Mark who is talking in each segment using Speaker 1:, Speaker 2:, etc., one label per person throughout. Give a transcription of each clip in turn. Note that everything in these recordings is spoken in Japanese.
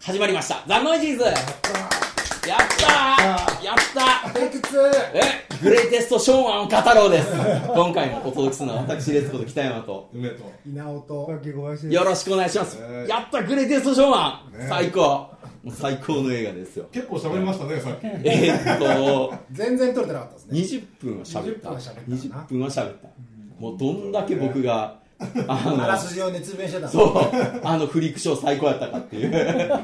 Speaker 1: 始まりました「ザ・ノイジーズ」やったーやったー
Speaker 2: 対決
Speaker 1: えグレイテストショーマンを語ろうです今回もお届けするのは私レッツこと北山と
Speaker 3: 梅と
Speaker 2: 稲尾と
Speaker 4: 小林です
Speaker 1: よろしくお願いします、
Speaker 3: えー
Speaker 1: やったグレイテストショーマン、
Speaker 3: ね
Speaker 1: 最高もう最高の映画ですよ
Speaker 3: 結構喋りましたねさっ き
Speaker 1: えーっと
Speaker 2: 全然取れてなかったですね
Speaker 1: 20分は喋った
Speaker 2: 20分は喋ったな
Speaker 1: 分は喋ったもうどんだけ僕が
Speaker 2: あら
Speaker 1: あ
Speaker 2: すじを熱弁してた
Speaker 1: のそうあのフリークショー最高やったかっていう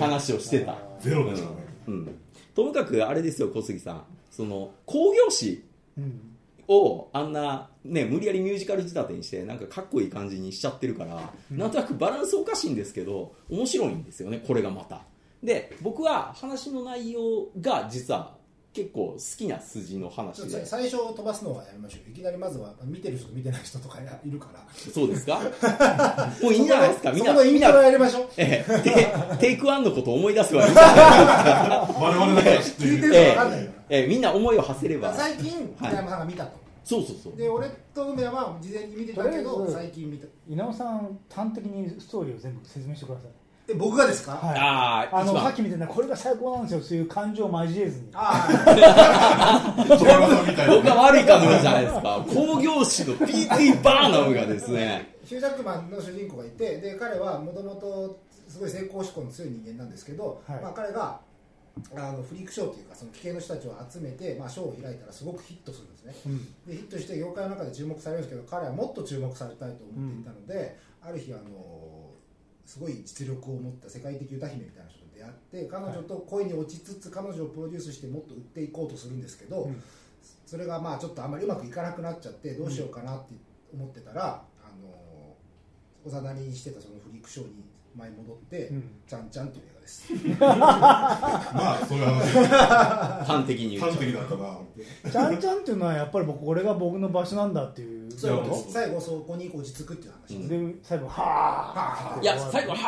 Speaker 1: 話をしてた
Speaker 3: ゼロでしたね
Speaker 1: うん、ともかくあれですよ小杉さんその興行誌
Speaker 4: うん
Speaker 1: をあんな、ね、無理やりミュージカル仕立てにしてなんかかっこいい感じにしちゃってるから、なんとなくバランスおかしいんですけど面白いんですよねこれがまたで僕は話の内容が実は結構好きな筋の
Speaker 2: ち
Speaker 1: 話
Speaker 2: ょっと
Speaker 1: で
Speaker 2: 最初飛ばすのはやめましょういきなりまずは見てる人と見てない人とかいるから
Speaker 1: そうです かもういいんじゃないですかみん
Speaker 2: そ
Speaker 1: な
Speaker 2: この
Speaker 1: み
Speaker 2: 意
Speaker 1: ん
Speaker 2: 味を
Speaker 1: な
Speaker 2: やりましょう
Speaker 1: ええテテイクワンのことを思い出すわけじゃない
Speaker 3: 我々だけが知ってい
Speaker 2: 聞いて
Speaker 3: る
Speaker 2: る人わかんないか
Speaker 1: ええみんな思いを馳せれば
Speaker 2: ら最近北山さんが見たと
Speaker 1: そうそうそう
Speaker 2: で俺と梅は事前に見てたけど最近見た
Speaker 4: 稲尾さん端的にストーリーを全部説明してください
Speaker 2: え僕がですか
Speaker 4: はい
Speaker 1: ああ
Speaker 4: あの
Speaker 1: 一番
Speaker 4: さっきみたいなこれが最高なんですよそういう感情を交えずに
Speaker 2: あ
Speaker 3: 小山さんみたいな
Speaker 1: 僕は悪いかもじゃないですか工業誌の PT バーナムがですね
Speaker 2: あヒュー・ジャックマンの主人公がいてで彼はもともとすごい成功志向の強い人間なんですけど、
Speaker 4: はい
Speaker 2: まあ、彼があのフリークショーというかその危険の人たちを集めて、まあ、ショーを開いたらすごくヒットするんですね
Speaker 4: うん
Speaker 2: でヒットして業界の中で注目されるんですけど彼はもっと注目されたいと思っていたので、ある日あのすごい実力を持った世界的歌姫みたいな人と出会って彼女と恋に落ちつつ彼女をプロデュースしてもっと売っていこうとするんですけど、
Speaker 4: うん
Speaker 2: それがまあちょっとあんまりうまくいかなくなっちゃってどうしようかなって思ってたら、あのおざなりにしてたそのフリークショーに舞い戻って、
Speaker 4: うん
Speaker 2: ちゃんちゃんという映 画です。
Speaker 3: まあそういう話
Speaker 1: 端的に言う
Speaker 3: 端
Speaker 1: と
Speaker 3: 的だったな
Speaker 4: ちゃんちゃんっていうのはやっぱり僕これが僕の場所なんだっていう
Speaker 2: そういうことで
Speaker 3: い
Speaker 2: す
Speaker 3: や
Speaker 2: 最後そこに落ち着くっていう話です。
Speaker 4: で最後はあ
Speaker 1: いや最後は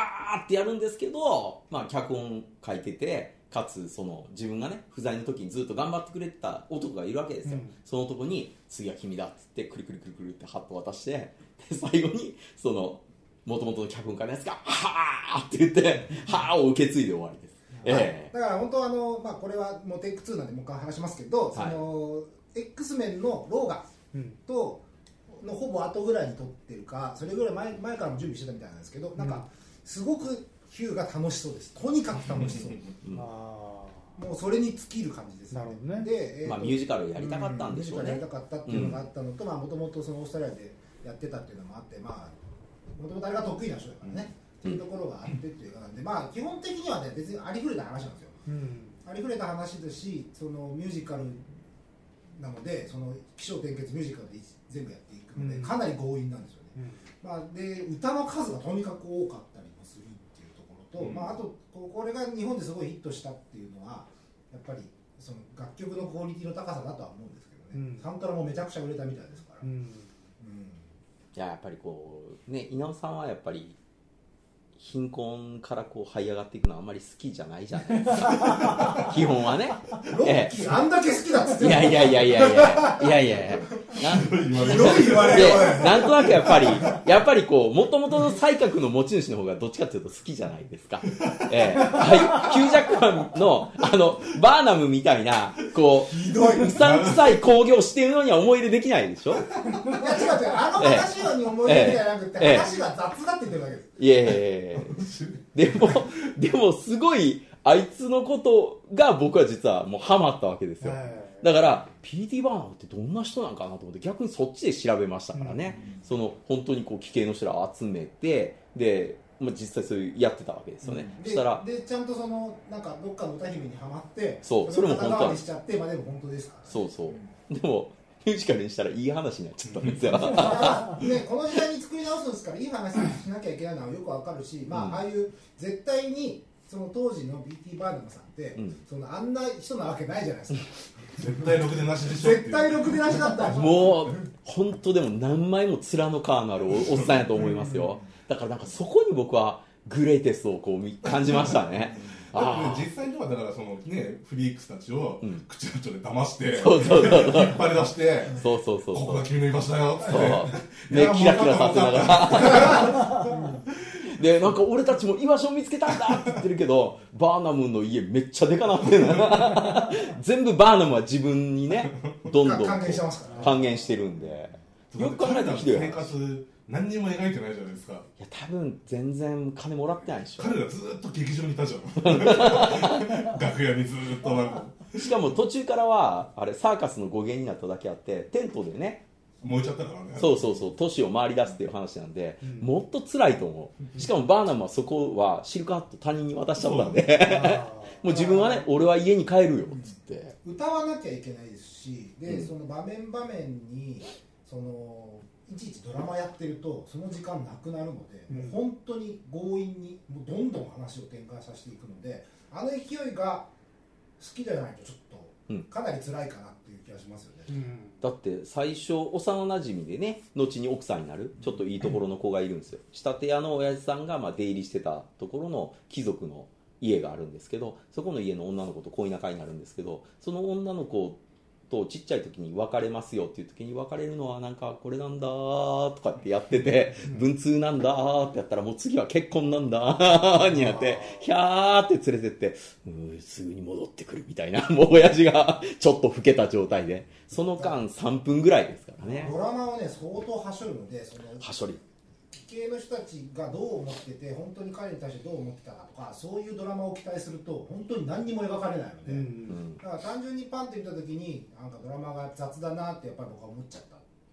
Speaker 1: ーってやるんですけどまあ脚本書いててかつその自分がね不在の時にずっと頑張ってくれてた男がいるわけですよ、
Speaker 4: うん
Speaker 1: その男に「次は君だ」っつってくるくるくるくるってハッと渡してで最後にその元々の脚本家のやつが「はーって言って「はーを受け継いで終わりです、え
Speaker 2: だから本当あの、まあ、これはもうテイク2なんでもう一回話しますけど、
Speaker 1: はい
Speaker 2: その X メンのローガン
Speaker 4: うん
Speaker 2: とのほぼ後ぐらいに撮ってるかそれぐらい前前からも準備してたみたいなんですけど、なんかすごくヒューが楽しそうですとにかく楽 しそう
Speaker 1: うん
Speaker 4: あ
Speaker 2: もうそれに尽きる感じです
Speaker 4: なるほどね
Speaker 2: で、
Speaker 1: え
Speaker 2: ー
Speaker 1: まあミュージカルやりたかったんでしょうね、
Speaker 2: ミュージカルやりたかったっていうのがあったのともともとそのオーストラリアでやってたっていうのもあってまあもともとあれが得意な人だからね、
Speaker 1: うん
Speaker 2: っていうところがあってっていうかなんでまあ基本的にはね別にありふれた話なんですよ
Speaker 4: ーうん
Speaker 2: ありふれた話だしそのミュージカルなのでその起承転結ミュージカルで全部やっていくので、
Speaker 4: うん
Speaker 2: かなり強引なんですよね、
Speaker 4: うん
Speaker 2: まあ、で歌の数がとにかく多かったりもするっていうところと、
Speaker 1: うん
Speaker 2: まあ、あとここれが日本ですごいヒットしたっていうのはやっぱりその楽曲のクオリティの高さだとは思うんですけどね、
Speaker 4: うん
Speaker 2: サントラもめちゃくちゃ売れたみたいですから、
Speaker 4: う
Speaker 2: うん
Speaker 4: ん
Speaker 1: いややっぱりこうね稲尾さんはやっぱり貧困からこう這い上がっていくのはあんまり好きじゃないじゃないですか基本はね
Speaker 2: ロッキーあんだけ好きだっつっ
Speaker 1: い
Speaker 2: て
Speaker 1: やいやいやいやいやいやいやいや
Speaker 3: 言われ
Speaker 2: ひどい言わ
Speaker 1: な
Speaker 2: れ
Speaker 1: で
Speaker 2: るよ
Speaker 1: なんとなくやっぱりやっぱりこうもともとの才覚の持ち主の方がどっちかというと好きじゃないですかええはいヒュージャックマンのあのバーナムみたいなこう
Speaker 2: ひどいう
Speaker 1: さんくさい興行してるのには思い入れできないでしょ
Speaker 2: いや違う違うあの話に思い出じゃなくて、
Speaker 1: ええええ
Speaker 2: 話が雑だって言ってるだけです
Speaker 1: いやいやいやいやでも、でもすごい、あいつのことが僕は実はもうハマったわけですよ。
Speaker 4: はい
Speaker 1: だから、PT バーナーってどんな人なんかなと思って、逆にそっちで調べましたからね。その、本当にこう、危険の人らを集めて、で、まあ、実際そういうやってたわけですよね。そ
Speaker 2: で
Speaker 1: したら、
Speaker 2: でちゃんとそのなんかどっかの歌姫にはまって
Speaker 1: そうそれも本当
Speaker 2: 仲間にしちゃってまあでも本当ですからね
Speaker 1: そうそう。でも、ミュージカルにしたらいい話になっちゃったんですよ。
Speaker 2: だからね、この時代に作り直すんですからいい話しなきゃいけないのはよくわかるし、まあ
Speaker 1: うん
Speaker 2: ああいう絶対にその当時の BT バーナムさんって、
Speaker 1: うん
Speaker 2: そのあんな人なわけないじゃないですか
Speaker 3: 絶対ろくでなしでしょっていう
Speaker 2: 絶対ろくでなしだったでしょ
Speaker 1: もう本当でも何枚も面の皮のあるおおっさんやと思いますよだからなんかそこに僕はグレイテストをこうみ感じましたね
Speaker 3: だってね
Speaker 1: ああ
Speaker 3: 実際にはだからそのねフリークスたちを
Speaker 1: うん
Speaker 3: 口々で騙して
Speaker 1: そうそうそうそう
Speaker 3: 引っ張り出して
Speaker 1: そうそうそう
Speaker 3: ここ
Speaker 1: そ
Speaker 3: が
Speaker 1: う
Speaker 3: 君の居場所だよっつっ
Speaker 1: そう
Speaker 3: て
Speaker 1: ねキラキラさせながらでなんか俺たちも居場所を見つけたんだって言ってるけどバーナムの家めっちゃでかなって るな全部バーナムは自分にねどんどんこう
Speaker 2: 還元してますからね
Speaker 1: 還元してるんでよく考えたらひどい話
Speaker 3: 彼らの生活何にも描いてないじゃないですか
Speaker 1: いや多分全然金もらってないでし
Speaker 3: 彼らずっと劇場にいたじゃん楽屋にずっとなんか
Speaker 1: ょしかも途中からはあれサーカスの語源になっただけあってテントでね
Speaker 3: 燃えちゃったからね
Speaker 1: そうそうそう都市を回り出すっていう話なんで、もっと辛いと思うしかもバーナムはそこはシルクハット他人に渡しちゃったんで もう自分はね俺は家に帰るよっつって
Speaker 2: 歌わなきゃいけないですしで、
Speaker 1: うん
Speaker 2: その場面場面にそのいちいちドラマやってるとその時間なくなるので、
Speaker 4: うん
Speaker 2: もう本当に強引にもうどんどん話を展開させていくのであの勢いが好きじゃないとちょ
Speaker 1: う
Speaker 2: っ
Speaker 1: ん
Speaker 2: とかなり辛いかなっていう気がしますよね、
Speaker 4: うん
Speaker 1: だって最初幼なじみでね後に奥さんになるちょっといいところの子がいるんですよ仕立て屋の親父さんがまあ出入りしてたところの貴族の家があるんですけどそこの家の女の子と恋仲になるんですけどその女の子とちっちゃい時に別れますよっていう時に別れるのはなんかこれなんだーとかってやってて文通なんだーってやったらもう次は結婚なんだーになってひゃーって連れてってうーすぐに戻ってくるみたいなも う親父がちょっと老けた状態でその間3分ぐらいですからね
Speaker 2: ドラマをね相当はしょるのでその
Speaker 1: はしょり
Speaker 2: 理系の人たちがどう思ってて本当に彼に対してどう思ってたかとかそういうドラマを期待すると本当に何にも描かれないので、
Speaker 4: うん
Speaker 2: だから単純にパンって見た時になんかドラマが雑だなってやっぱり僕は思っちゃっ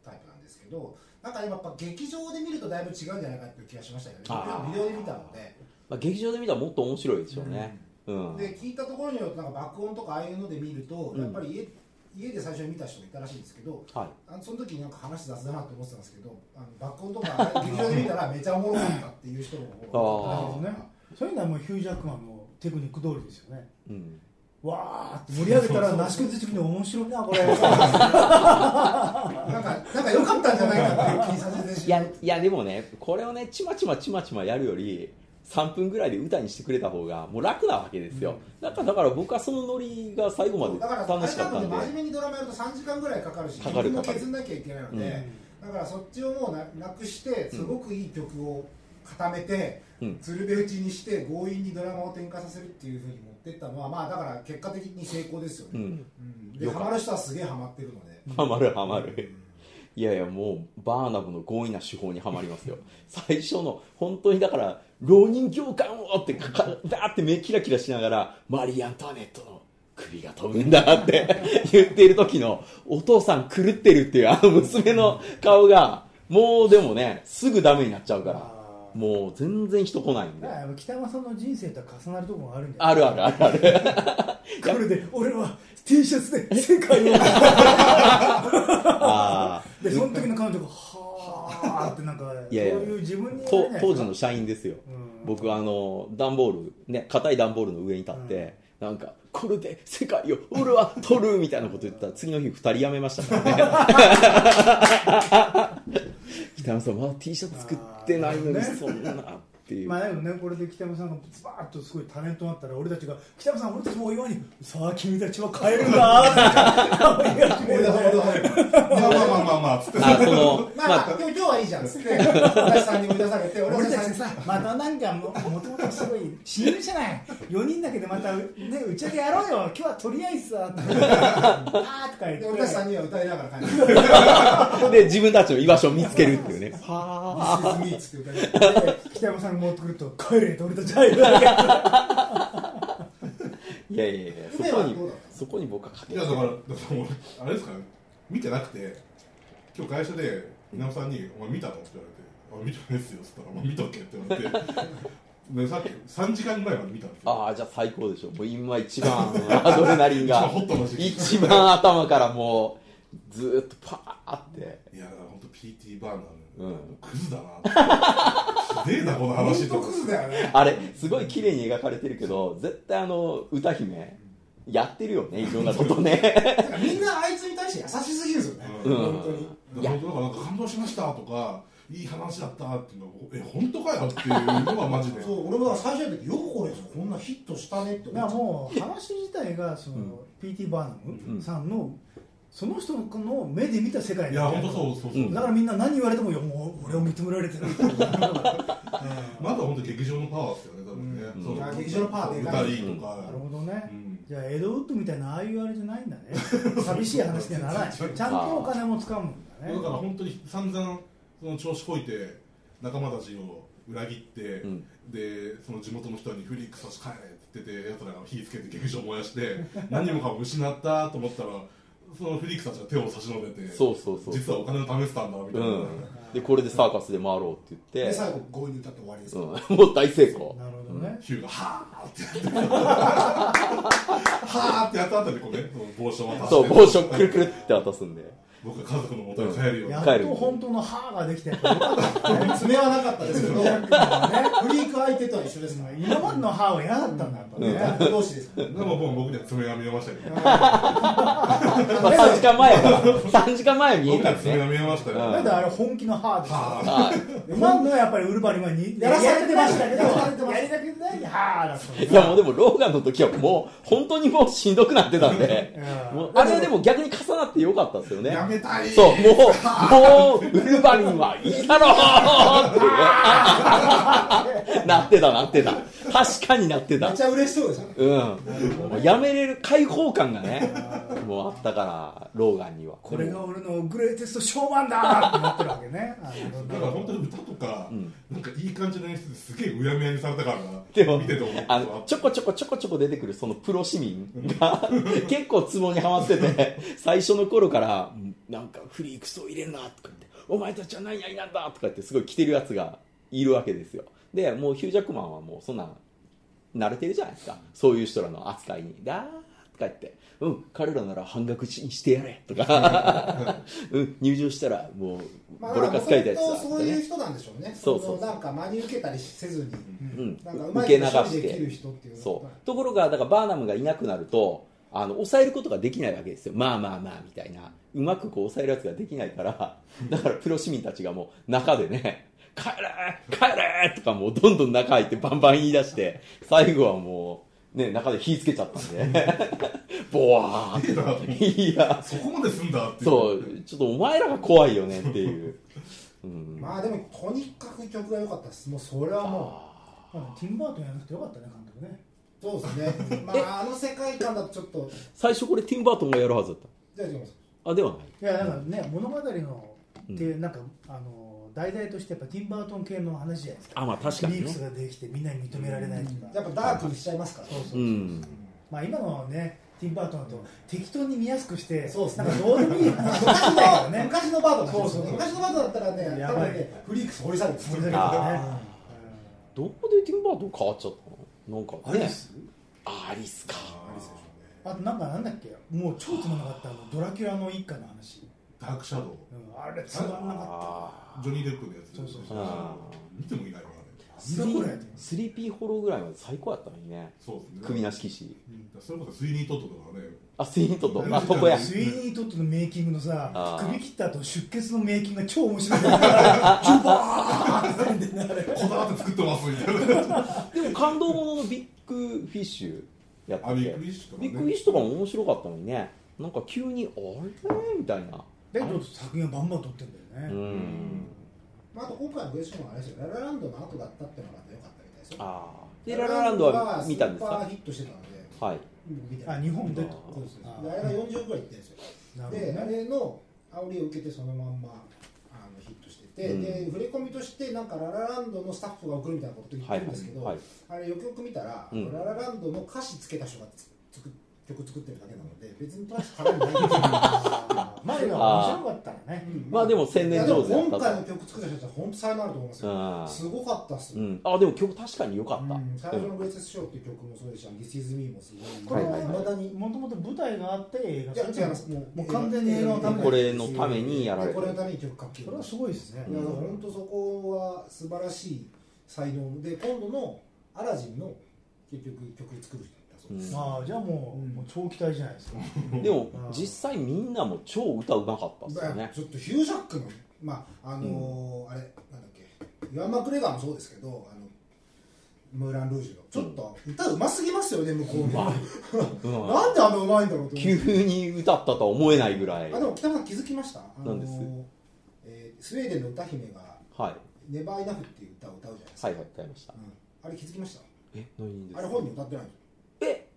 Speaker 2: たタイプなんですけどなんかやっぱ劇場で見るとだいぶ違うんじゃないかっていう気がしましたけどね
Speaker 1: あー
Speaker 2: ビデオで見たので
Speaker 1: まあ、劇場で見たらもっと面白いでしょうね、うん
Speaker 2: で聞いたところによってなんか爆音とかああいうので見ると
Speaker 1: うん
Speaker 2: やっぱり家,、家で最初に見た人がいたらしいんですけど
Speaker 1: はい、
Speaker 2: あのその時になんか話雑だなって思ってたんですけどあの爆音とかあれ劇場で見たらめちゃおもろかったっていう人の方
Speaker 1: あ
Speaker 2: が
Speaker 4: ねそういうのはもうヒュージャックマンのテクニック通りですよね
Speaker 1: うん、
Speaker 4: わーって盛り上げたらなし崩してくるの面白いなこれ
Speaker 2: なんかなんか良かったんじゃないかっていう気させてし
Speaker 1: い
Speaker 2: ま
Speaker 1: や
Speaker 2: う
Speaker 1: いやでもねこれをねちまちまちまちまやるより3分ぐらいで歌にしてくれた方がもう楽なわけですよ、だからだから僕はそのノリが最後まで
Speaker 2: だから
Speaker 1: 楽しかったんで
Speaker 2: で真面目にドラマやると3時間ぐらいかかるし
Speaker 1: かかる
Speaker 2: 曲も
Speaker 1: かかる
Speaker 2: 削んなきゃいけないので、だからそっちをもうななくしてすごくいい曲を固めて、
Speaker 1: うん
Speaker 2: 鶴瓶打ちにして強引にドラマを展開させるっていうふうに持ってったのはまあだから結果的に成功ですよ
Speaker 1: う
Speaker 2: ね、
Speaker 1: ん
Speaker 2: うんで
Speaker 1: よかっ
Speaker 2: ハ
Speaker 1: た
Speaker 2: マる人はすげえハマってるので
Speaker 1: ハマるハマるいやいやもうバーナムの強引な手法にはまりますよ最初の本当にだから浪人教官をってかかバーって目キラキラしながらマリー・アントワネットの首が飛ぶんだって 言っている時のお父さん狂ってるっていうあの娘の顔がもうでもねすぐダメになっちゃうから
Speaker 4: あー
Speaker 1: もう全然人来ないんで
Speaker 4: だからやっぱ北山さんの人生とは重なるところがあるんじゃない
Speaker 1: あるあるあるある
Speaker 4: これで俺は T シャツで世界 を
Speaker 1: あ
Speaker 4: でその時の彼女がはーってなんか
Speaker 1: いやいや
Speaker 4: そういう自分に
Speaker 1: ーと当時の社員ですよ
Speaker 4: うん
Speaker 1: 僕あの段ボールね硬い段ボールの上に立って、なんかこれで世界を俺は取るみたいなこと言ったら次の日2人辞めましたからね北山さんまだ T シャツ作ってないの
Speaker 4: あー
Speaker 1: に
Speaker 4: ね
Speaker 1: そんなっていう、
Speaker 4: まあでもねこれで北山さんがズバーッとすごいタレントになったら俺たちが北山さん俺たちもお祝いにさあ君たちは帰るなーって言い 始め
Speaker 2: 俺
Speaker 4: る
Speaker 2: だ俺だ俺
Speaker 3: まあ
Speaker 2: だ
Speaker 3: まあまあまあまあつって
Speaker 1: あその
Speaker 2: まあ、
Speaker 1: まあ
Speaker 2: でも今日はいいじゃんっつって私さんに追い出されて俺
Speaker 4: 俺
Speaker 2: た
Speaker 4: た
Speaker 2: ち
Speaker 4: ち
Speaker 2: さ
Speaker 4: さまたなんかももともとすごい親友じゃない4人だけでまたね打ち上げやろうよ今日はとりあえずさってあーとか言っ
Speaker 2: で
Speaker 4: て
Speaker 2: 俺たちさんには歌いながら帰る
Speaker 1: で自分たちの居場所を見つけるっていうねはあ
Speaker 2: 「This is me」っつって歌いながら
Speaker 4: で北山さんが持ってくると帰れと俺たち入るだけ
Speaker 1: いやいやいやそ
Speaker 2: 梅
Speaker 1: こ
Speaker 2: は
Speaker 1: に
Speaker 2: どうだった
Speaker 1: そこに僕はかけ
Speaker 3: いやだからだから俺あれですかね見てなくて今日会社で稲尾さんに「お前見たの?」って言われて「あ見てないですよ」っつったら「お前見とけ」って言われてでさっき3時間ぐらいまで見たんですよ
Speaker 1: ああじゃあ最高でしょもう今一番アドレナリン
Speaker 3: 一番
Speaker 1: が
Speaker 3: ホットな時期
Speaker 1: 一番頭からもうずーっとパーって
Speaker 3: いやだから本当 PT バーナー
Speaker 1: う
Speaker 3: の
Speaker 1: ん
Speaker 3: クズだなってひでえなこの
Speaker 2: 本
Speaker 3: 話
Speaker 2: 当クズだよね
Speaker 1: あれすごい綺麗に描かれてるけど絶対あの歌姫やってるよねいろんなことね
Speaker 2: みんなあいつに対して優しすぎるんですよね、
Speaker 3: うん
Speaker 2: 本当に
Speaker 1: いや
Speaker 3: 本当だからなんか感動しましたとかいい話だったっていうのをえ本当かよっていうのがマジで
Speaker 2: そう俺もだから最初の時よくこれこんなヒットしたねって
Speaker 4: だ
Speaker 2: 思
Speaker 4: か
Speaker 2: っちゃう
Speaker 4: らもう話自体がその、PT バーナムさんの、その人の目で見た世界
Speaker 3: いや本当そうそうそう、
Speaker 1: うん
Speaker 4: だからみんな何言われてもいやもう俺を認められてる
Speaker 3: まだ本当劇場のパワーですよね多分ね、
Speaker 1: うん
Speaker 3: そ
Speaker 1: い
Speaker 3: の
Speaker 2: や劇場のパワーでかい
Speaker 3: 歌いとか
Speaker 4: なるほどね、
Speaker 3: うん
Speaker 4: じゃあエドウッドみたいなああいうあれじゃないんだね 寂しい話にはならないちゃんとお金も使うんだね
Speaker 3: だから本当に散々その調子こいて仲間たちを裏切って、
Speaker 1: ん
Speaker 3: でその地元の人にフリックスをし帰れって言っててやつらが火つけて劇場燃やして何もかも失ったと思ったらそのフリックスたちが手を差し伸べて
Speaker 1: そうそうそう
Speaker 3: 実はお金を貯めてたんだみた
Speaker 1: う
Speaker 3: いな、
Speaker 1: ん、でこれでサーカスで回ろうって言
Speaker 2: で
Speaker 1: って、
Speaker 2: 最後強引に歌って終わりです、
Speaker 1: うん、もう大成功
Speaker 4: なるほどね、
Speaker 3: ヒューがはーってやってはーってやった後にこうねその帽子を渡して
Speaker 1: そう帽子をくるくるって渡すんで
Speaker 3: 僕が家族の元に帰るように
Speaker 4: や
Speaker 1: ん
Speaker 4: っ
Speaker 1: 帰る
Speaker 4: と本当の歯ができてよかった
Speaker 2: 爪はなかったですけどフリ
Speaker 4: ね
Speaker 2: ーク相手とは一緒ですから
Speaker 4: 今までの歯は嫌だったんだやっぱね、
Speaker 2: ね同士ですから
Speaker 3: でも僕僕には爪が見えましたけど
Speaker 1: まあ、3時間前から3時間前は見え
Speaker 3: 僕に
Speaker 1: た
Speaker 3: は
Speaker 1: んです
Speaker 3: 爪が
Speaker 1: ね
Speaker 3: 見えましたよ、
Speaker 1: うん
Speaker 4: なんであれ本気の歯ですよ
Speaker 3: は
Speaker 1: は
Speaker 4: 今のはやっぱりウルヴァリンはに
Speaker 2: やらされてましたけど
Speaker 4: やらされてましたやりたくない歯だった
Speaker 1: い、いやもうでもローガンの時はもう本当にもうしんどくなってたんで
Speaker 4: うん
Speaker 1: もうあれはでも逆に重なってよかったですよね
Speaker 3: やめたい
Speaker 1: そうもうもうウルヴァリンはいいだろうっていうなってたなってた確かになって
Speaker 2: め
Speaker 1: た
Speaker 2: っちゃ嬉しそうですよね
Speaker 1: うんもうやめれる解放感がねもうあったからローガンには
Speaker 4: これが俺のグレイテストショーマンだってなってるわけ ね
Speaker 3: だから本当に歌とか、
Speaker 1: ん
Speaker 3: なんかいい感じの演出ですげえうやむやにされたからな
Speaker 1: でも
Speaker 3: 見てて思っ た
Speaker 1: あの ちょこちょこちょこちょこ出てくるそのプロ市民 が結構ツボにはまってて最初の頃からなんかフリークスを入れるなとか言ってお前たちは何々なんだとか言ってすごい来てるやつがいるわけですよでもうヒュージャックマンはもうそんな慣れてるじゃないですかそういう人らの扱いに「だー」とか言って「うん彼らなら半額にしてやれ」と か「うん入場したらもう
Speaker 2: まあ
Speaker 1: ボロカス書いたやつだ」
Speaker 2: 本
Speaker 1: と
Speaker 2: 当
Speaker 1: か
Speaker 2: そうい
Speaker 1: ね
Speaker 2: う人なんでしょうね
Speaker 1: そうそう
Speaker 2: のなんか真に受けたりせずに、
Speaker 1: うん
Speaker 2: なんかうま
Speaker 1: 受け
Speaker 2: い
Speaker 1: 流
Speaker 2: こと処理
Speaker 1: し
Speaker 2: できる
Speaker 1: て
Speaker 2: 人っていうのは
Speaker 1: そうところがだからバーナムがいなくなるとあの抑えることができないわけですよまあまあまあみたいなうまくこう抑えるやつができない からだからプロ市民たちがもう中でね「帰れ帰れ!」とかもうどんどん中入ってバンバン言い出して最後はもうね中で火つけちゃったんで ボワーっていや
Speaker 3: そこまですんだっていう
Speaker 1: そうちょっとお前らが怖いよねっていう、うん、
Speaker 2: まあでもとにかく曲が良かったですもうそれはも
Speaker 4: まあティンバートンやらなくてよかったね監督ね
Speaker 2: うそうで すねまああの世界観だとちょっと
Speaker 1: 最初これティンバートンがやるはずだっ
Speaker 2: じゃあジモンさん
Speaker 1: たあではない
Speaker 4: いやだからね、物語の
Speaker 1: うん
Speaker 4: ってなんかあの題材としてやっぱティンバートン系の話じゃないですか
Speaker 1: あまあ確かに
Speaker 4: リーク
Speaker 1: ね
Speaker 4: スができてみんなに認められないとか、
Speaker 2: やっぱダークにしちゃいますから、
Speaker 4: そうそう
Speaker 1: うん
Speaker 4: まあ今のねティンバートンだと適当に見やすくして
Speaker 2: そうですね
Speaker 4: なんかどうでもいい話みたいな ね
Speaker 2: 昔のバードなんです
Speaker 4: そうそ
Speaker 2: よ
Speaker 4: う
Speaker 2: ね
Speaker 4: そう
Speaker 2: 昔のバードだったらね
Speaker 4: や
Speaker 2: 多
Speaker 4: ばい
Speaker 2: 分ねフリークス掘り下げて
Speaker 4: それだけ
Speaker 1: あ
Speaker 4: ど
Speaker 1: ー
Speaker 4: ね
Speaker 1: どこでティンバートン変わっちゃったのなんかねアリスか
Speaker 3: アリスでしょうね
Speaker 4: うんあとなんかなんだっけもう超つまんなかったあのドラキュラの一家の話、
Speaker 3: ダークシャドウ
Speaker 4: うんあれつまんなかっ
Speaker 1: あ
Speaker 3: ジョニー・デップのやつ
Speaker 4: そうそう
Speaker 1: そう
Speaker 3: 見てもいないわね
Speaker 4: た
Speaker 1: ス
Speaker 4: す
Speaker 1: リ
Speaker 4: ごい
Speaker 1: ー 3P ホローぐらいまで最高やったのにね
Speaker 3: そうですね
Speaker 1: 首なし騎士
Speaker 3: それこそスイニー・トットとかね
Speaker 1: あスイートとあそこや
Speaker 4: スイーニー・トットのメイキングのさ
Speaker 1: あー
Speaker 4: 首切った後出血のメイキングが超面白いんだよジュバーンってなんでねあれ
Speaker 3: こだわって作ってますみたい な
Speaker 1: でも感動もののビッグフィッシュやった
Speaker 3: あ
Speaker 1: っ
Speaker 3: ビ
Speaker 1: け
Speaker 3: ッグフィッシュとか
Speaker 1: ビ
Speaker 3: ね
Speaker 1: ッグフィッシュとか も面白かったのにねなんか急にあれみたいな
Speaker 4: だけど作品はバンバン撮ってんだ
Speaker 1: う
Speaker 4: よね、
Speaker 1: ん
Speaker 2: まああと今回の上島もあれですよララランドの後だったってのが良かったみたいですよ
Speaker 1: ああでララランドは見たんです
Speaker 2: スーパ
Speaker 1: か
Speaker 2: ーヒットしてたので
Speaker 1: はい
Speaker 2: 僕見て
Speaker 4: あ
Speaker 2: ない
Speaker 4: 日本で
Speaker 1: うん
Speaker 2: そうですね
Speaker 4: あ
Speaker 2: であれが40ぐらい行ってるんですよ
Speaker 4: なる
Speaker 2: で
Speaker 4: ほ
Speaker 2: あ
Speaker 4: どね
Speaker 2: れの煽りを受けてそのまんまあのヒットしてて、
Speaker 1: うん
Speaker 2: で触れ込みとしてなんかララランドのスタッフが送るみたいなこと言って
Speaker 1: はい
Speaker 2: るんですけど、
Speaker 1: はい
Speaker 2: あれよくよく見たら、
Speaker 1: うん
Speaker 2: ララランドの歌詞つけた人がつつく曲作ってるだけなので別にトラッシュ絡んでないんですよ
Speaker 4: マリが面白かったらね
Speaker 2: うん
Speaker 1: まあでも宣伝上手
Speaker 2: い
Speaker 1: や
Speaker 2: や
Speaker 1: っ
Speaker 2: でも
Speaker 1: た
Speaker 2: 今回の曲作った人たちは本当才能あると思いますよ、
Speaker 1: うん
Speaker 2: すごかったっす
Speaker 1: う
Speaker 2: よ、
Speaker 1: んあでも曲確かに良かった
Speaker 2: うん最初
Speaker 1: う
Speaker 2: の「
Speaker 1: ん
Speaker 2: グレイセスショー」っていう曲もそうですし「This Is Me」もす
Speaker 4: こ
Speaker 2: ごいい
Speaker 4: れは
Speaker 2: ま、
Speaker 4: い
Speaker 2: だに
Speaker 4: もともと舞台があって映画
Speaker 2: いや違いますもう
Speaker 4: もう完全に映画のために
Speaker 1: これのためにやられ
Speaker 2: こ
Speaker 1: て
Speaker 2: れの
Speaker 1: る
Speaker 2: ために曲書き
Speaker 4: それはすごいですね、
Speaker 2: いや
Speaker 1: うん
Speaker 2: 本当そこは素晴らしい才能で今度の「アラジン」の結局曲作る人だそうです、
Speaker 1: うん
Speaker 4: まあじゃあもう,、
Speaker 2: うん
Speaker 4: もう長期待じゃないですか
Speaker 1: でも実際みんなも超歌うまかったっすよ
Speaker 2: まあ
Speaker 1: ね
Speaker 2: ちょっとヒュージャックのまああのーあれなんだっけイワン・マクレガーもそうですけどあのムーラン・ルージュのちょっと歌うますぎますよね向こうの、
Speaker 1: うん
Speaker 2: なんであんなうまいんだろうと思
Speaker 1: 急
Speaker 2: う
Speaker 1: に歌ったとは思えないぐらい
Speaker 2: あでも北村さん気づきましたあのー
Speaker 1: なんです
Speaker 2: えースウェーデンの歌姫が
Speaker 1: はい
Speaker 2: 「ネバーイナフ」っていう歌を歌うじゃないですか、
Speaker 1: はいはい歌いました
Speaker 2: うんあれ気づきました
Speaker 1: え何です
Speaker 2: あれ本人歌ってないんですよ
Speaker 1: え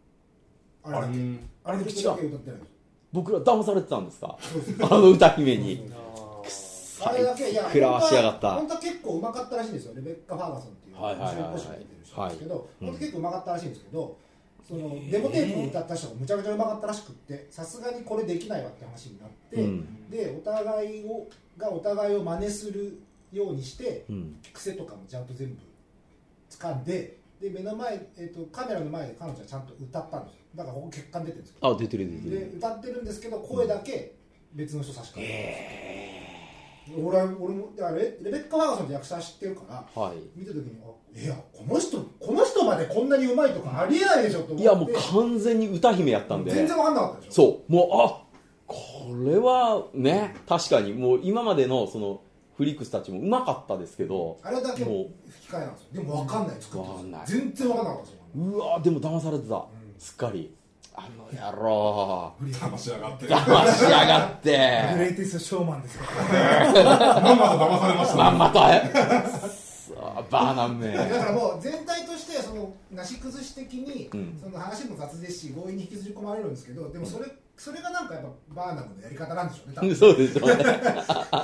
Speaker 2: あれだけ
Speaker 3: うん
Speaker 2: あれだけ
Speaker 1: 違う
Speaker 2: だけ歌ってないんですよ
Speaker 1: 僕ら騙されてたんですか
Speaker 2: そうです
Speaker 1: あの歌姫に
Speaker 2: そうそう
Speaker 1: あ
Speaker 2: あれだけいや
Speaker 1: 食らわしやがった
Speaker 2: 本当は本当は結構うまかったらしいんですよレベッカ・ファーガソンっていう
Speaker 1: はいはいはいはい
Speaker 2: 面白い講師が出てる人なんですけど、
Speaker 1: うん
Speaker 2: 本当結構うまかったらしいんですけどそのデモテープを歌った人がむちゃくちゃうまかったらしくってさすがにこれできないわって話になって、
Speaker 1: うん
Speaker 2: でお互いをがお互いを真似するようにして
Speaker 1: うん
Speaker 2: 癖とかもちゃんと全部掴んでで目の前、えー、とカメラの前で彼女はちゃんと歌ったんですよだからここ血管出てるんですけ
Speaker 1: あ出てる
Speaker 2: ど
Speaker 1: 出て
Speaker 2: で
Speaker 1: る
Speaker 2: 歌ってるんですけど声だけ別の人差し替え
Speaker 1: え
Speaker 2: た、俺は俺もだからレレベッカ・ファーガソンって役者知ってるから
Speaker 1: ーはい
Speaker 2: 見た時にあいやこの人この人までこんなにうまいとかありえないでしょと思って
Speaker 1: いやもう完全に歌姫やったんで
Speaker 2: 全然わかんなかったでしょ
Speaker 1: そうもうあこれはね確かにもう今までのそのフリックスたちもうまかったですけど
Speaker 2: あれだけ
Speaker 1: もう
Speaker 2: 吹き替えなんですよでもわかんない作って
Speaker 1: わかんない
Speaker 2: 全然わかんなかったですよ
Speaker 1: うわーでも騙されてた、すっかりあの野郎
Speaker 3: 騙しやがって
Speaker 1: 騙しやがっ
Speaker 4: グレ
Speaker 1: て
Speaker 4: イテストショーマンですから
Speaker 3: まんまと騙されました
Speaker 1: まん
Speaker 3: ね
Speaker 1: まとえバーナンメ
Speaker 2: だ
Speaker 1: ン
Speaker 2: からもう全体としてそのなし崩し的に
Speaker 1: うん
Speaker 2: その話も雑ですし強引に引きずり込まれるんですけどでもそれそれがなんかやっぱバーナムのやり方なんでしょうね多分
Speaker 1: そうでしょうね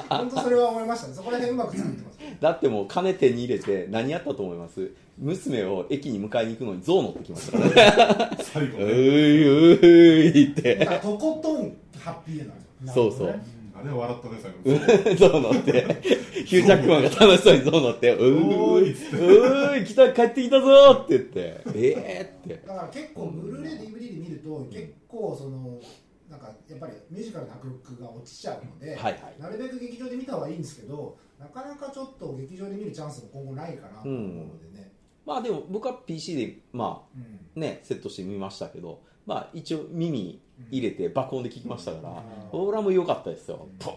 Speaker 2: 本当それは思いましたねそこら辺うまく作ってます
Speaker 1: だってもう金手に入れて何やったと思います娘を駅に迎えに行くのに象乗ってきましたからね
Speaker 3: 最後
Speaker 1: う
Speaker 3: ね
Speaker 1: ーいうーいっ
Speaker 2: だ
Speaker 1: て
Speaker 2: からとことんハッピーエンドなんですよ
Speaker 1: そうそう
Speaker 3: あれは笑ったね最後
Speaker 1: ゾウ乗って、ヒュージャックマンが楽しそうにゾウ乗って、う
Speaker 3: お
Speaker 1: ー
Speaker 3: ー
Speaker 1: い、
Speaker 3: いう
Speaker 1: ーい、来た、帰ってきたぞーって言って、えーって。
Speaker 2: だから結構ブルーレイ DVD で見ると結構そのなんかやっぱりミュージカルの迫力が落ちちゃうの
Speaker 1: は
Speaker 2: で、
Speaker 1: いはい
Speaker 2: なるべく劇場で見た方がいいんですけどなかなかちょっと劇場で見るチャンスも今後ないかなと思うのでね、
Speaker 1: まあでも僕は PC で、ま
Speaker 2: うん
Speaker 1: あね、セットしてみましたけど、まあ一応耳入れて爆音で聞きましたから、
Speaker 2: うん
Speaker 1: オーラも良かったですよ。ポ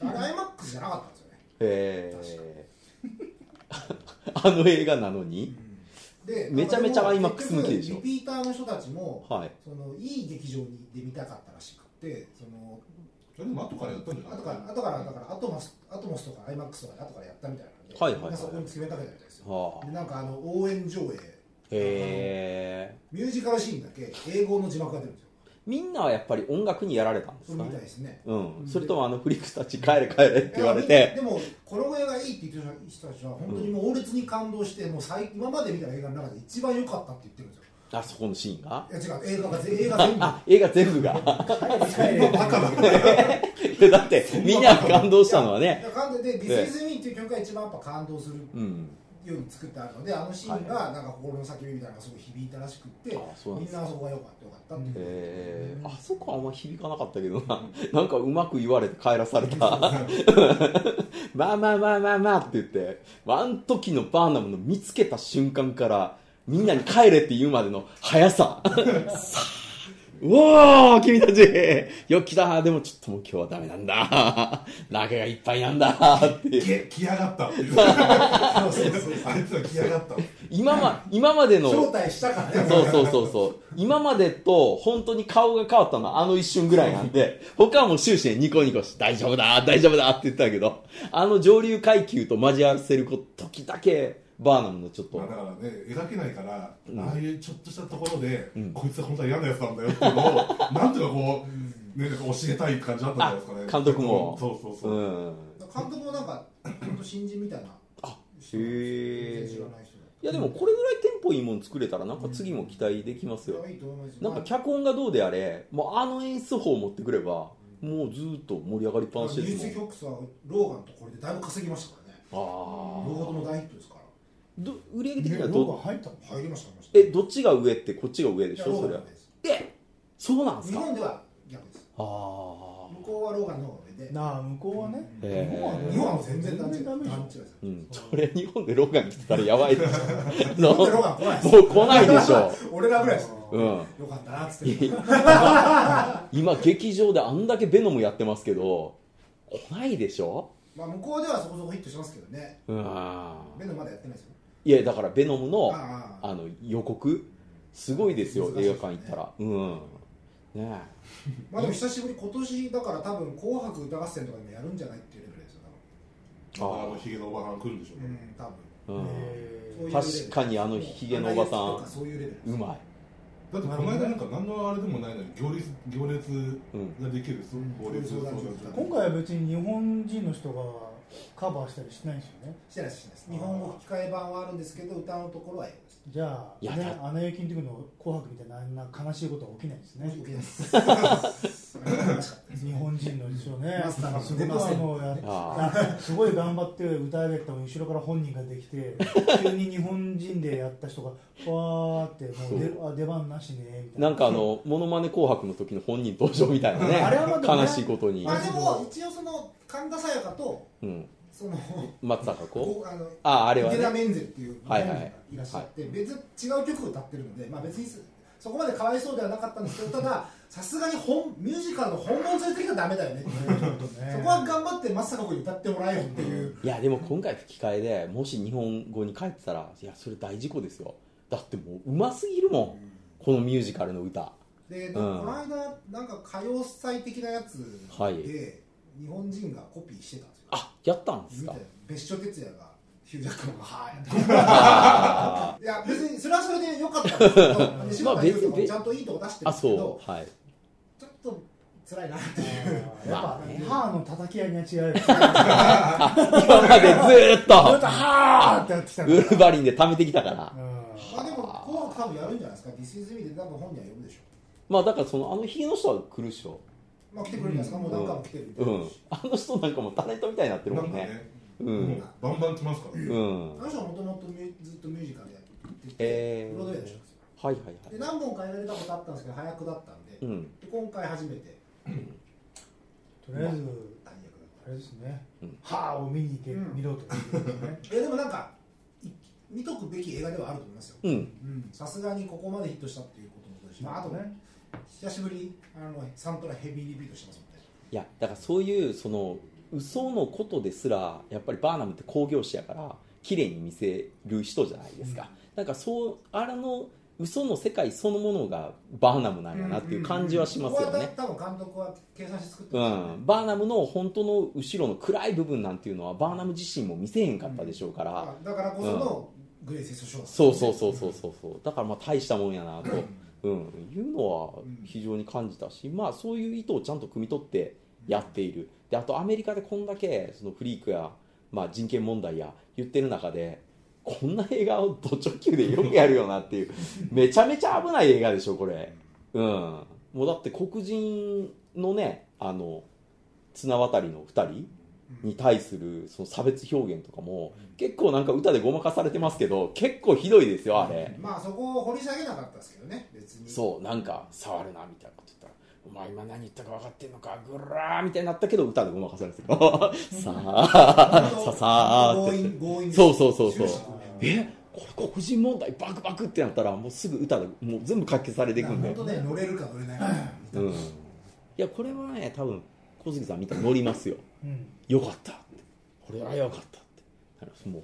Speaker 1: ー ン
Speaker 2: あれ IMAX じゃなかったんですよね
Speaker 1: えー。あ の映画なのに、
Speaker 2: で
Speaker 1: めちゃめちゃ
Speaker 2: まあも
Speaker 1: IMAX 向きでしょ
Speaker 2: 結局リピーターの人たちも
Speaker 1: はい。
Speaker 2: そのいい劇場にで見たかったらしくてその
Speaker 3: それでも後からやったんじゃな
Speaker 2: 後
Speaker 3: い
Speaker 2: から後からだからアトモスアトモスとか IMAX とかで後からやったみたいなんで、
Speaker 1: はいはいはい
Speaker 2: みんなそこに詰めかけたみたいですよ
Speaker 1: はあ
Speaker 2: で。なんかあの応援上映
Speaker 1: えー。
Speaker 2: ミュージカルシーンだけ英語の字幕が出るんですよ。
Speaker 1: みんなはやっぱり音楽にやられたんで
Speaker 2: そ
Speaker 1: す
Speaker 2: れ
Speaker 1: か
Speaker 2: みたい
Speaker 1: ね。
Speaker 2: ですね。
Speaker 1: うん。それともあのフリックスたち帰れ帰れって言われて。
Speaker 2: でも、この映画がいいって言ってる人たちは、本当にもう猛烈に感動して、もう最今まで見た映画の中で一番良かったって言ってるんです
Speaker 1: あそこのシーンが
Speaker 2: よ。いや違う、映画がぜ映画 全部。
Speaker 1: あ映画全部が
Speaker 3: バカだね
Speaker 1: いやだってみんなが感動したのはね
Speaker 2: いや感動で、This Is Me っていう曲が一番やっぱ感動する
Speaker 1: うん
Speaker 2: ように作ってあるので、あのシーンがなんか心の叫びみたいなのがすごい響いたらしくって、
Speaker 1: あそうなん
Speaker 2: み
Speaker 1: で
Speaker 2: ん
Speaker 1: す
Speaker 2: なあそこが良かった、良かったっていう。
Speaker 1: えー、あそこはあんま響かなかったけど ななんかうまく言われて帰らされたまあまあまあまあまあって言ってあん時のバーナムの見つけた瞬間からみんなに帰れって言うまでの速ささあうおー君たちよっ来たでもちょっともう今日はダメなんだ 中がいっぱいなんだって
Speaker 3: 来来やがったって いう
Speaker 2: そうそうそう
Speaker 3: あいつは来やがった
Speaker 1: 今ま今までの
Speaker 2: 招待したからね。
Speaker 1: そうそうそうそう今までと本当に顔が変わったのはあの一瞬ぐらいなんで他はもう終始ねニコニコして大丈夫だ大丈夫だって言ってたけどあの上流階級と交わせる時だけバーナムのちょっと
Speaker 3: まあだからね描けないから、
Speaker 1: うん
Speaker 3: ああいうちょっとしたところで、
Speaker 1: うん
Speaker 3: こいつは本当は嫌なやつなんだよってい うのをなんとかこう、ね、なんか教えたい感じだったんじゃないですかね
Speaker 1: あ監督も
Speaker 3: そうそうそう、
Speaker 1: うん
Speaker 2: 監督もなんか、本当新人みたいな。
Speaker 1: あ
Speaker 2: 人なん
Speaker 1: へ
Speaker 2: ですよ全然知
Speaker 1: え
Speaker 2: らない人だ
Speaker 1: いやでもこれぐらいテンポいいもん作れたらなんか次も期待できますよ
Speaker 2: いやいいと思いますよ
Speaker 1: なんか脚本がどうであれもうあの演出法を持ってくればもうずーっと盛り上がりっぱなし
Speaker 2: ニュ
Speaker 1: で
Speaker 2: ース
Speaker 1: すもん
Speaker 2: 局さんローガンとこれでだいぶ稼ぎましたからね両
Speaker 1: あ
Speaker 2: 方
Speaker 1: あ
Speaker 2: とも大ヒットですから
Speaker 1: ど売り上げ的には
Speaker 4: ロ
Speaker 1: ど
Speaker 4: ゴ入ったの
Speaker 2: 入りました入りました
Speaker 1: えどっちが上ってこっちが上で
Speaker 2: い
Speaker 1: し
Speaker 2: や
Speaker 1: ょ
Speaker 2: ロ
Speaker 1: そ
Speaker 2: ー
Speaker 1: り
Speaker 2: ガ
Speaker 1: ゃ
Speaker 2: ンです
Speaker 1: えそうなんす
Speaker 2: 日
Speaker 1: か
Speaker 2: 本では逆です
Speaker 1: あ
Speaker 2: 向
Speaker 1: あ
Speaker 2: こうはローガンの方が上で
Speaker 4: なあ向こうはね
Speaker 1: へえ
Speaker 2: 日本は全然
Speaker 4: ダ
Speaker 2: 団
Speaker 4: メ
Speaker 2: 地
Speaker 4: ダメでし
Speaker 2: 団
Speaker 4: ょ
Speaker 2: 地です
Speaker 1: うんそれ日本でローガン来てたらやばいでしょ
Speaker 2: 日
Speaker 1: の
Speaker 2: 本でローガン来ないです
Speaker 1: もう来ないでしょ
Speaker 2: 俺らぐらいです
Speaker 1: うん
Speaker 2: よかったなっつって
Speaker 1: 今劇場であんだけベノムやってますけど来ないでしょ
Speaker 2: まあ向こうではそこそこヒットしますけどね
Speaker 1: うん
Speaker 2: 目のまだやってないですよ
Speaker 1: いやだからベノムの
Speaker 2: ああ
Speaker 1: あの予告すごいですよ
Speaker 2: 難しい
Speaker 1: 映
Speaker 2: ですね
Speaker 1: 画館行ったらうんね
Speaker 2: まあでも久しぶり今年だから多分紅白歌合戦とかでもやるんじゃないっていうレベルですよ多
Speaker 1: え
Speaker 3: ま
Speaker 2: 分
Speaker 3: たあのひげのおばはん来るんでしょう
Speaker 2: う
Speaker 3: ね、
Speaker 2: ん、多分
Speaker 1: うん
Speaker 2: そういうレベル
Speaker 1: 確かにあのヒゲのおば
Speaker 2: アナ雪と
Speaker 1: さ
Speaker 2: かそういうレベル
Speaker 1: んうまい
Speaker 3: だってこの間なんか何のあれでもないのに行列行列
Speaker 1: うん
Speaker 3: ができるそう行列
Speaker 2: うん
Speaker 3: 相談所
Speaker 2: 今
Speaker 5: 今回は別に日本人の人がカバーしたりしないんですよね
Speaker 2: してないですしてないです日本語吹き替え版はあるんですけど歌のところは英語です
Speaker 5: じゃ
Speaker 1: いや
Speaker 5: あ、ね
Speaker 1: だ、
Speaker 5: アナ雪の時の「紅白」みたいなあんな悲しいことは起きないですね
Speaker 2: 受けますありがとうございました
Speaker 5: 日本人のですよね
Speaker 2: マスターが
Speaker 5: す
Speaker 2: 出ま
Speaker 5: ごい
Speaker 2: せ
Speaker 5: あ
Speaker 2: ん
Speaker 5: のや
Speaker 1: あ
Speaker 5: あ すごい頑張って歌い上げたのに後ろから本人が できて急に日本人でやった人がわーってもう出あ出番なしねみたいな
Speaker 1: なんかあの「ものまね紅白」の時の本人登場みたいなね
Speaker 5: あれはまたね
Speaker 1: 悲しいことに
Speaker 2: ま、あでも一応その神田沙也加と
Speaker 1: うん、
Speaker 2: その
Speaker 1: 松坂子
Speaker 2: こうあの
Speaker 1: あああれは
Speaker 2: 池田
Speaker 1: ね
Speaker 2: メンゼルっていう
Speaker 1: はいはい
Speaker 2: いらっしゃって別違う曲を歌ってるのでまあ別にそこまでかわいそうではなかったんですけどた ださすがに本ミュージカルの本物連れてきたらダメだよねっていう
Speaker 5: ね
Speaker 2: そこは頑張って松坂子に歌ってもらえよっていう
Speaker 1: いやでも今回吹き替えでもし日本語に帰ってたらいやそれ大事故ですよだってもううますぎるもんこのミュージカルの歌
Speaker 2: で、
Speaker 1: ん
Speaker 2: この間なんか歌謡祭的なやつで、
Speaker 1: はい
Speaker 2: 日本人がコピーしてたんですよ
Speaker 1: あやったんです
Speaker 2: 見
Speaker 1: か
Speaker 2: て別所哲也がヒュージャックマンが「は
Speaker 1: あ
Speaker 2: い」いや別にそれはそれで良かったんですけどで
Speaker 1: ま
Speaker 2: 柴
Speaker 1: あ
Speaker 2: 田
Speaker 1: 別に
Speaker 2: 優とかもちゃんといいとこ出してる
Speaker 1: あ
Speaker 2: んですけど
Speaker 1: そうはい
Speaker 2: ちょっと辛いなっていう
Speaker 5: やっぱ、
Speaker 1: まあね
Speaker 5: 歯の叩き合いが違う よねずーっ
Speaker 1: 今までずーっ
Speaker 5: と
Speaker 1: と
Speaker 5: はーってやってきたから
Speaker 1: ウルヴァリンで貯めてきたから
Speaker 5: う
Speaker 2: まあでも「紅白」多分やるんじゃないですか「This is me」で多分本人は呼ぶでしょ
Speaker 1: まあだからそのあのひげの人は来るっしょ
Speaker 2: まあ来てくれるんじゃないですか、もう何回も来てるみた
Speaker 1: う
Speaker 2: いなん
Speaker 1: あの人なんかもうタレントみたいになってる
Speaker 3: な
Speaker 1: も
Speaker 3: ん
Speaker 1: ん
Speaker 3: か
Speaker 1: ね
Speaker 3: ね、
Speaker 1: う
Speaker 3: もうんバンバン来ますから、
Speaker 1: うん
Speaker 2: あの人はもともとミュずっとミュージカルやってて、
Speaker 1: えー
Speaker 2: ブロードウェイでしょ
Speaker 1: はいはい
Speaker 2: で
Speaker 1: はい
Speaker 2: 何本かやられたことあったんですけど早くだったんで,、
Speaker 1: うん
Speaker 2: で今回初めて
Speaker 5: んとりあえず
Speaker 2: 大役だった
Speaker 5: あれですね
Speaker 1: うん
Speaker 5: 歯を見に行け
Speaker 2: うん
Speaker 5: 見ろということですね
Speaker 2: いやでもなんかい見とくべき映画ではあると思いますよ
Speaker 1: うん
Speaker 2: うんさすがにここまでヒットしたっていうこともそうだし、まあ、あとね久しぶりにあのサントラヘビーリピートしてますもんね
Speaker 1: いやだからそういうその嘘のことですらやっぱりバーナムって興行師やから綺麗に見せる人じゃないですか、なんかそうあれの嘘の世界そのものがバーナムなんやなっていう感じはしますよね、
Speaker 2: ここはた多分監督は計算して作って
Speaker 1: う
Speaker 2: ますよね
Speaker 1: ん、バーナムの本当の後ろの暗い部分なんていうのはバーナム自身も見せへんかったでしょうから、
Speaker 2: あだからこそのグレイセストショー、
Speaker 1: そうそうそうそうそうそうだからまあ大したもんやなと、うん、いうのは非常に感じたし、まあ、そういう意図をちゃんと汲み取ってやっているであとアメリカでこんだけそのフリークや、まあ、人権問題や言ってる中でこんな映画をド直球でよくやるよなっていう めちゃめちゃ危ない映画でしょこれ、うん、もうだって黒人のねあの綱渡りの2人に対するその差別表現とかも結構なんか歌でごまかされてますけど結構ひどいですよあれ
Speaker 2: まあそこを掘り下げなかったですけどね別に
Speaker 1: そうなんか触るなみたいなこと言ったら「お前今何言ったか分かってんのかぐらー」みたいになったけど歌でごまかされてる さあさあさあっ
Speaker 2: 強
Speaker 1: て
Speaker 2: 引強引
Speaker 1: そうそうそうそう
Speaker 2: 終始こね
Speaker 1: えこれ黒人問題バクバクってなったらもうすぐ歌でもう全部解決されていくんで
Speaker 2: 本当ね乗れるか乗れないか
Speaker 1: うんいやこれはね多分小杉さん見たら乗りますよ
Speaker 5: うん
Speaker 1: よかったって俺はよかったってなるも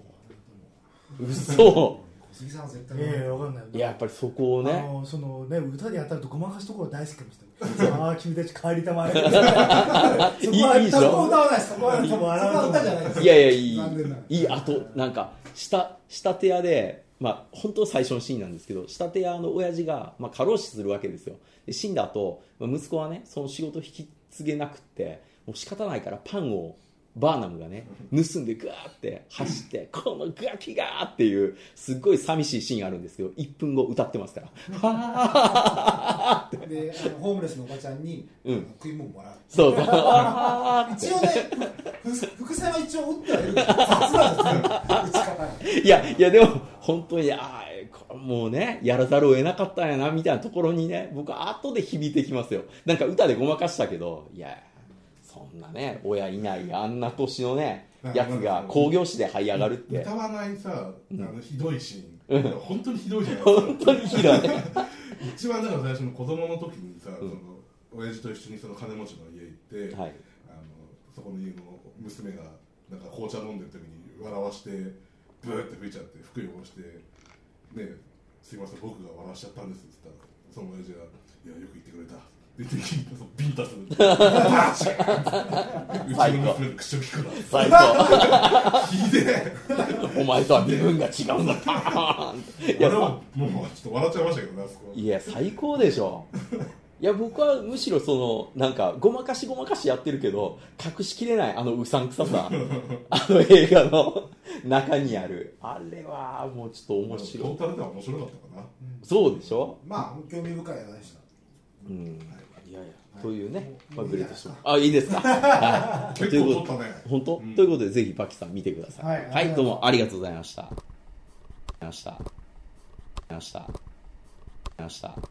Speaker 1: う嘘
Speaker 2: 小杉さんは絶対
Speaker 5: い
Speaker 2: 乗れ
Speaker 5: やい
Speaker 2: ない
Speaker 5: やわかんない
Speaker 1: いややっぱりそこを
Speaker 5: あ
Speaker 1: ね
Speaker 5: のそのね歌でやったらとごまかすところ大好きかもしれない。ああ君たち帰りたまえ。そこはい
Speaker 1: いいいでし
Speaker 2: そこは
Speaker 1: ょ
Speaker 2: 歌わないですそこはそ
Speaker 5: そ
Speaker 2: こ
Speaker 5: こ
Speaker 2: は
Speaker 5: は
Speaker 2: 歌じゃないです
Speaker 1: いやいやいい
Speaker 2: 残念ながら
Speaker 1: いいあとなんか下下手屋でまあ本当最初のシーンなんですけど下手屋の親父がまあ過労死するわけですよで死んだ後、まあ息子はねその仕事引き継げなくってもう仕方ないからパンをバーナムがね盗んでガーって走ってこのガキがーっていうすっごい寂しいシーンあるんですけど1分後歌ってますから
Speaker 2: であのホームレスのおばちゃんに、
Speaker 1: うん
Speaker 2: あの食い物もらう
Speaker 1: そうそうあー
Speaker 2: 一応ねふ伏線は一応打ってはいるんですよ雑なんですよ打ち方が
Speaker 1: いや、いや、でも、本当に、あーこれもうね、やらざるを得なかったんやな、みたいなところにね、僕は後で響いてきますよ。なんか歌でごまかしたけど、いや、そんなね、親いない、あんな年のね、やつが興行師で這い上がるって
Speaker 3: 歌、わないさあのひどいシーン、本当にひどいじゃないですか
Speaker 1: 本当にひどい。
Speaker 3: 一番だから最初の子供の時にさ、
Speaker 1: うん
Speaker 3: その親父と一緒にその金持ちの家行って、
Speaker 1: はい
Speaker 3: あのそこの家の娘がなんか紅茶飲んでる時に笑わしてブーって吹いちゃって服汚して「ねえすいません僕が笑わしちゃったんです」って言ったらその親父が「いやよく言ってくれたでできんそうビンタするバチッうちの娘の口を聞くな
Speaker 1: 最高
Speaker 3: ひでえ
Speaker 1: お前とは身分が違うんだパーンってい
Speaker 3: 俺
Speaker 1: や
Speaker 3: はもうちょっと笑っちゃいましたけどねあそこ
Speaker 1: いや最高でしょいや僕はむしろそのなんかごまかしごまかしやってるけど隠しきれないあのうさんくさ さあの映画の 中にあるあれはもうちょっと面白
Speaker 3: ト
Speaker 1: い
Speaker 3: ータルでは面白かったかな
Speaker 1: そうでしょ、
Speaker 2: まあ興味深い話でした
Speaker 1: うん、いやいやというね、まあ、
Speaker 2: もう
Speaker 1: グ
Speaker 2: い
Speaker 1: レ
Speaker 2: い
Speaker 1: ー
Speaker 2: や
Speaker 1: トショーあいいですか はい
Speaker 3: 結
Speaker 1: という
Speaker 3: 構
Speaker 1: こ
Speaker 3: 撮
Speaker 1: と
Speaker 3: ったね
Speaker 1: 本当、
Speaker 3: うん
Speaker 1: ということでぜひパキさん見てください
Speaker 5: はい
Speaker 1: はい、どうもありがとうございましたありがとうございましたありがとうございましたありがとうございました